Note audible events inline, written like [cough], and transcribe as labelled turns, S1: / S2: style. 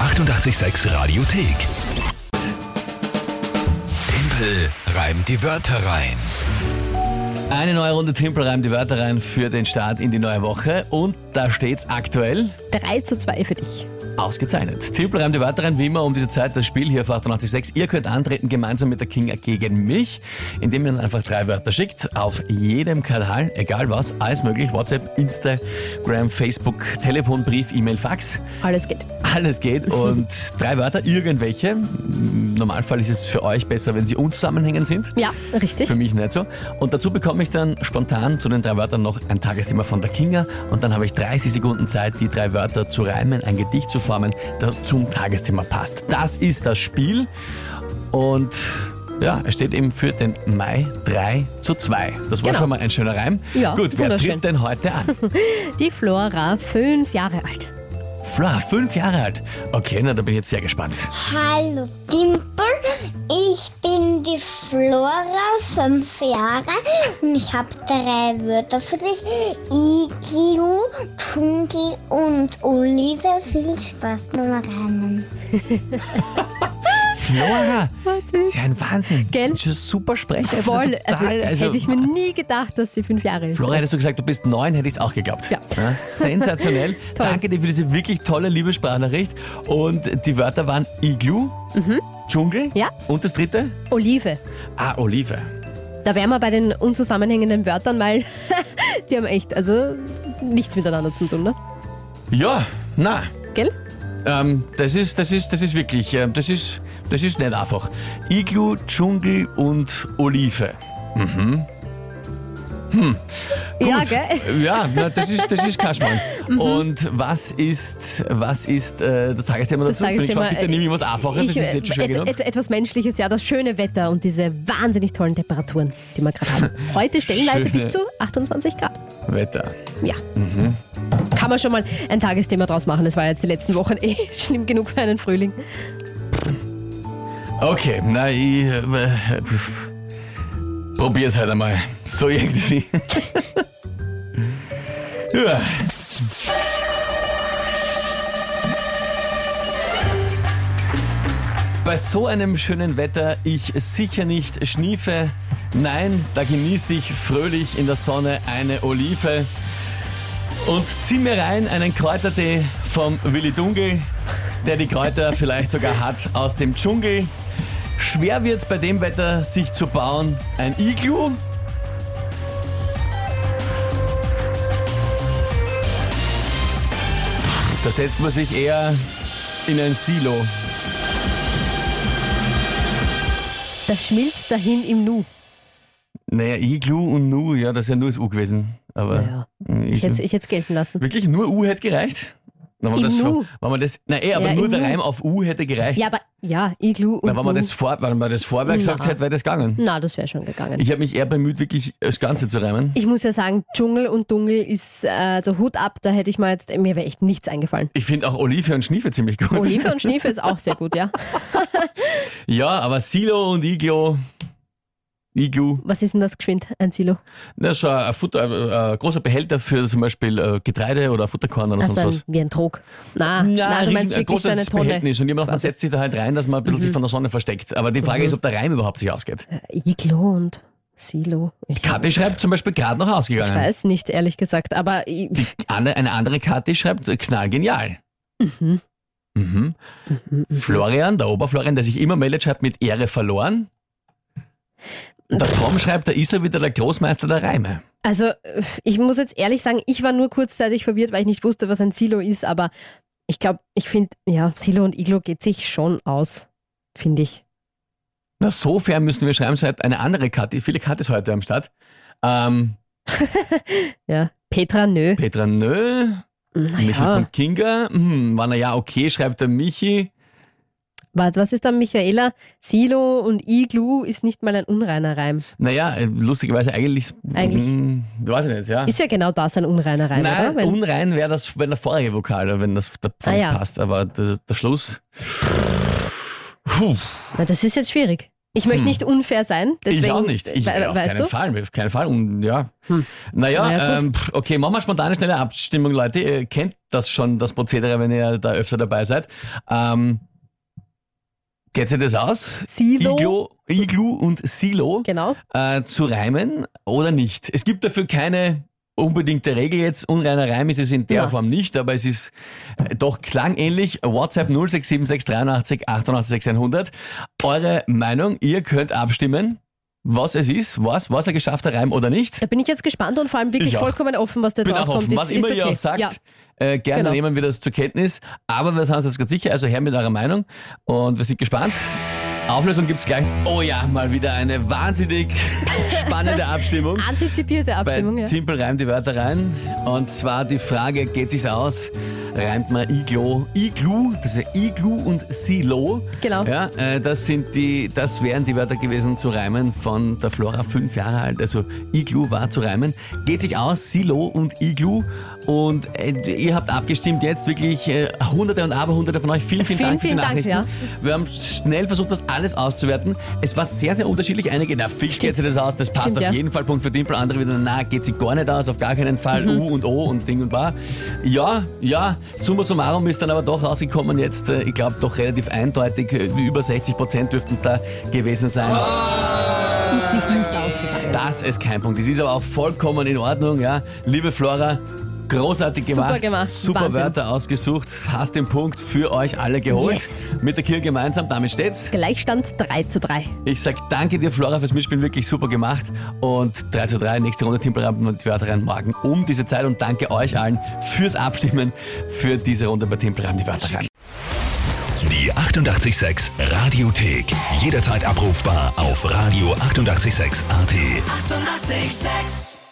S1: 886 Radiothek. Tempel reimt die Wörter rein.
S2: Eine neue Runde Timpel reimt die Wörter rein für den Start in die neue Woche. Und da steht's aktuell
S3: 3 zu 2 für dich.
S2: ausgezeichnet. Timpel reimt die Wörter rein, wie immer um diese Zeit das Spiel hier auf 886. Ihr könnt antreten gemeinsam mit der Kinga gegen mich, indem ihr uns einfach drei Wörter schickt. Auf jedem Kanal, egal was, alles möglich. WhatsApp, Instagram, Facebook, Telefon, Brief, E-Mail, Fax.
S3: Alles geht.
S2: Alles geht und drei Wörter, irgendwelche. Im Normalfall ist es für euch besser, wenn sie unzusammenhängend sind.
S3: Ja, richtig.
S2: Für mich nicht so. Und dazu bekomme ich dann spontan zu den drei Wörtern noch ein Tagesthema von der Kinga. Und dann habe ich 30 Sekunden Zeit, die drei Wörter zu reimen, ein Gedicht zu formen, das zum Tagesthema passt. Das ist das Spiel. Und ja, es steht eben für den Mai 3 zu 2. Das war
S3: Genau.
S2: schon mal ein schöner Reim.
S3: Ja,
S2: Gut, wer
S3: wunderschön.
S2: tritt denn heute
S3: [laughs]
S2: an?
S3: Die Flora, fünf Jahre alt.
S2: Fra, fünf Jahre alt. Okay, na, da bin ich jetzt sehr gespannt.
S4: Hallo Dimpel, ich bin die Flora, fünf Jahre und ich habe drei Wörter für dich. Iglu, Dschungel und Olive. Viel Spaß beim Rennen.
S3: [laughs]
S2: Flora!
S3: süß.
S2: Ist ja ein Wahnsinn.
S3: Gell?
S2: Das ist ein super Sprecher.
S3: Voll. Also,
S2: Total,
S3: hätte ich mir nie gedacht, dass sie fünf Jahre ist.
S2: Flora, hättest du gesagt, du bist neun, hätte ich es auch geglaubt.
S3: Ja. [laughs]
S2: sensationell.
S3: Toll.
S2: Danke dir für diese wirklich tolle, liebe Sprachnachricht. Und die Wörter waren Iglu, Dschungel
S3: Mhm. Ja.
S2: und das dritte?
S3: Olive.
S2: Ah, Olive.
S3: Da wären wir bei den unzusammenhängenden Wörtern, weil [laughs] die haben echt, also nichts miteinander zu tun, ne?
S2: Ja, na,
S3: Gell?
S2: ähm, das ist, das ist, das ist wirklich, ähm, das ist, das ist nicht einfach. Iglu, Dschungel und Olive.
S3: Ja,
S2: Gut. Äh,
S3: gell? Mhm.
S2: Ja, na, das ist, das ist
S3: [laughs]
S2: Kaschmann. Und was ist, was ist äh, das Tagesthema
S3: Das
S2: dazu? Jetzt bin ich
S3: Tagesthema,
S2: gespannt. Bitte
S3: äh,
S2: nimm irgendwas Einfaches, das
S3: Ich, äh,
S2: ist jetzt schon schwer
S3: et,
S2: genug.
S3: et, etwas Menschliches, ja, das schöne Wetter und diese wahnsinnig tollen Temperaturen, die wir gerade haben.
S2: [laughs]
S3: Heute stellenweise
S2: Schöne-
S3: bis zu 28 Grad.
S2: Wetter.
S3: Ja. Mhm. Kann man schon mal ein Tagesthema draus machen. Das war jetzt die letzten Wochen eh [laughs] schlimm genug für einen Frühling.
S2: Okay, na, ich äh, äh, pf, probier's halt einmal. So irgendwie. [laughs] ja. Bei so einem schönen Wetter ich sicher nicht schniefe. Nein, da genieße ich fröhlich in der Sonne eine Olive und zieh mir rein einen Kräutertee vom Willi Dungel, der die Kräuter vielleicht sogar hat aus dem Dschungel. Schwer wird's bei dem Wetter, sich zu bauen. Ein Iglu. Da setzt man sich eher in ein Silo.
S3: Das schmilzt dahin im Nu.
S2: Naja, Iglu und Nu, ja, das wäre nur das U gewesen. Aber
S3: Naja,
S2: äh,
S3: Ich
S2: Iglu.
S3: hätte es ich hätt's gelten lassen.
S2: wirklich nur U hätte gereicht? Na, wenn
S3: Im
S2: das,
S3: Nu.
S2: Wenn man das, na, eh, aber
S3: Ja,
S2: nur
S3: im
S2: der
S3: Nu.
S2: Reim auf U hätte gereicht.
S3: Ja, aber ja, Iglu und
S2: Na, wenn man
S3: Nu.
S2: das, vor, wenn man das vorher gesagt
S3: Na.
S2: hätte, wäre das gegangen.
S3: Na, das wäre schon gegangen. Ich,
S2: Ich habe mich eher bemüht, wirklich das Ganze zu reimen.
S3: muss ja sagen, Dschungel und Dungel ist, äh, also Hut ab, da hätte ich mal jetzt, mir wäre echt nichts [laughs] eingefallen.
S2: Ich finde auch Olive und Schniefe ziemlich gut.
S3: Olive und Schniefe ist auch sehr gut, ja.
S2: Ja, aber Silo und Iglo. Iglu.
S3: Was ist denn das geschwind, ein Silo?
S2: Das ist so ein, Futter, äh, ein großer Behälter für zum Beispiel äh, Getreide oder Futterkorn oder
S3: Also ein,
S2: sonst was.
S3: wie ein Trog. Na, na ah, du
S2: riesen-
S3: meinst
S2: ein
S3: wirklich so eine
S2: großes
S3: Tonne. Mhm.
S2: Behältnis. Und jemand man setzt sich da halt rein, dass man ein bisschen sich von der Sonne versteckt. Aber die Frage ist, ob der Reim überhaupt sich ausgeht.
S3: Iglo und Silo. Ich
S2: Kathi schreibt zum Beispiel gerade noch ausgegangen.
S3: weiß nicht, ehrlich gesagt, aber ich,
S2: Die andere, eine andere Kathi schreibt, knallgenial. Mhm. Florian, der Oberflorian, der sich immer meldet, schreibt mit Ehre verloren. Der Tom schreibt, da ist er wieder der Großmeister der Reime.
S3: Also, ich muss jetzt ehrlich sagen, ich war nur kurzzeitig verwirrt, weil ich nicht wusste, was ein Silo ist, aber ich glaube, ich finde, ja, Silo und Iglo geht sich schon aus, finde ich.
S2: Na, so fair müssen wir schreiben, schreibt eine andere Kathi. Viele Kathis heute am Start. Ähm,
S3: Ja. Petra, nö.
S2: Petra Nö, Michael
S3: Naja.
S2: und Kinga. Hm, war na ja okay, schreibt der Michi.
S3: Warte, was ist dann, Michaela? Silo und Iglu ist nicht mal ein unreiner Reim.
S2: Naja, äh, lustigerweise eigentlich.
S3: Eigentlich-
S2: Hm, weiß ich nicht, ja.
S3: Ist ja genau das ein unreiner Reim,
S2: Nein,
S3: oder? Wenn-
S2: unrein wäre das, wenn der vorige Vokal, wenn das der Pfand
S3: Ah, ja.
S2: passt, aber der, der Schluss. Puh,
S3: Na, das ist jetzt schwierig. Ich möchte nicht unfair sein, deswegen.
S2: Hm. ich auch nicht. Ich,
S3: we-
S2: auf
S3: weißt
S2: keinen
S3: du?
S2: Fall, auf keinen Fall. Und ja. Naja,
S3: Naja, gut.
S2: ähm, pff, okay, machen wir spontan eine schnelle Abstimmung, Leute. Ihr kennt das schon, das Prozedere, wenn ihr da öfter dabei seid. Ähm, geht sich das aus?
S3: Silo.
S2: Iglo, Iglu und Silo
S3: Genau.
S2: äh, zu reimen oder nicht. Es gibt dafür keine unbedingte Regel jetzt. Unreiner Reim ist es in der
S3: Ja.
S2: Form nicht, aber es ist äh, doch klangähnlich. WhatsApp 0676 88600. Eure Meinung, ihr könnt abstimmen, was es ist, was, was ein geschaffter Reim oder nicht.
S3: Da bin ich jetzt gespannt und vor allem wirklich
S2: Ich auch.
S3: vollkommen offen, was da jetzt
S2: Bin auch
S3: rauskommt.
S2: offen,
S3: Ist-
S2: was
S3: ist
S2: immer
S3: okay.
S2: ihr auch sagt,
S3: Ja.
S2: äh, gerne
S3: Genau.
S2: nehmen wir das zur Kenntnis. Aber wir sind uns jetzt gerade sicher, also her mit eurer Meinung und wir sind gespannt. Auflösung gibt's gleich. Oh ja, mal wieder eine wahnsinnig [laughs] spannende Abstimmung.
S3: Antizipierte
S2: Bei
S3: Abstimmung, ja.
S2: Timpel reimt die Wörter rein. Und zwar die Frage, geht sich's aus? Reimt man Iglo, Iglu, das ist ja Iglu und Silo.
S3: Genau.
S2: Ja, äh, das sind die, das wären die Wörter gewesen zu reimen von der Flora fünf Jahre alt. Also Iglu war zu reimen. Geht sich aus, Silo und Iglu. Und äh, ihr habt abgestimmt jetzt wirklich äh, hunderte und aberhunderte von euch. Vielen, vielen,
S3: Vielen,
S2: Dank für
S3: vielen
S2: die
S3: Dank,
S2: Nachrichten.
S3: ja.
S2: Wir haben schnell versucht, das alles auszuwerten. Es war sehr, sehr unterschiedlich. Einige, na, fix geht sich das aus, das passt
S3: Stimmt,
S2: auf
S3: ja.
S2: jeden Fall Punkt für Dimpel. Andere wieder, na, geht sie gar nicht aus, auf gar keinen Fall.
S3: Mhm.
S2: U und O und Ding und Bar. Ja, ja, summa summarum ist dann aber doch rausgekommen jetzt, äh, ich glaube, doch relativ eindeutig. äh, Über 60 Prozent dürften da gewesen sein,
S3: Ist sich nicht ausgegangen.
S2: dass es kein Punkt ist. Ist aber auch vollkommen in Ordnung, ja. Liebe Flora, Großartig
S3: Super
S2: gemacht.
S3: gemacht.
S2: Super
S3: Wahnsinn.
S2: Wörter ausgesucht. Hast den Punkt für euch alle geholt.
S3: Yes.
S2: Mit der Kirche gemeinsam. Damit steht's.
S3: Gleichstand 3 zu 3.
S2: Ich sag danke dir, Flora, fürs Mitspielen. Wirklich super gemacht. Und 3 zu 3, nächste Runde Timpelrampen und Wörter rein morgen um diese Zeit. Und danke euch allen fürs Abstimmen für diese Runde bei Timpelrampen die Wörter rein.
S1: Die 886 Radiothek. Jederzeit abrufbar auf radio886.at. 886! 886.
S5: 886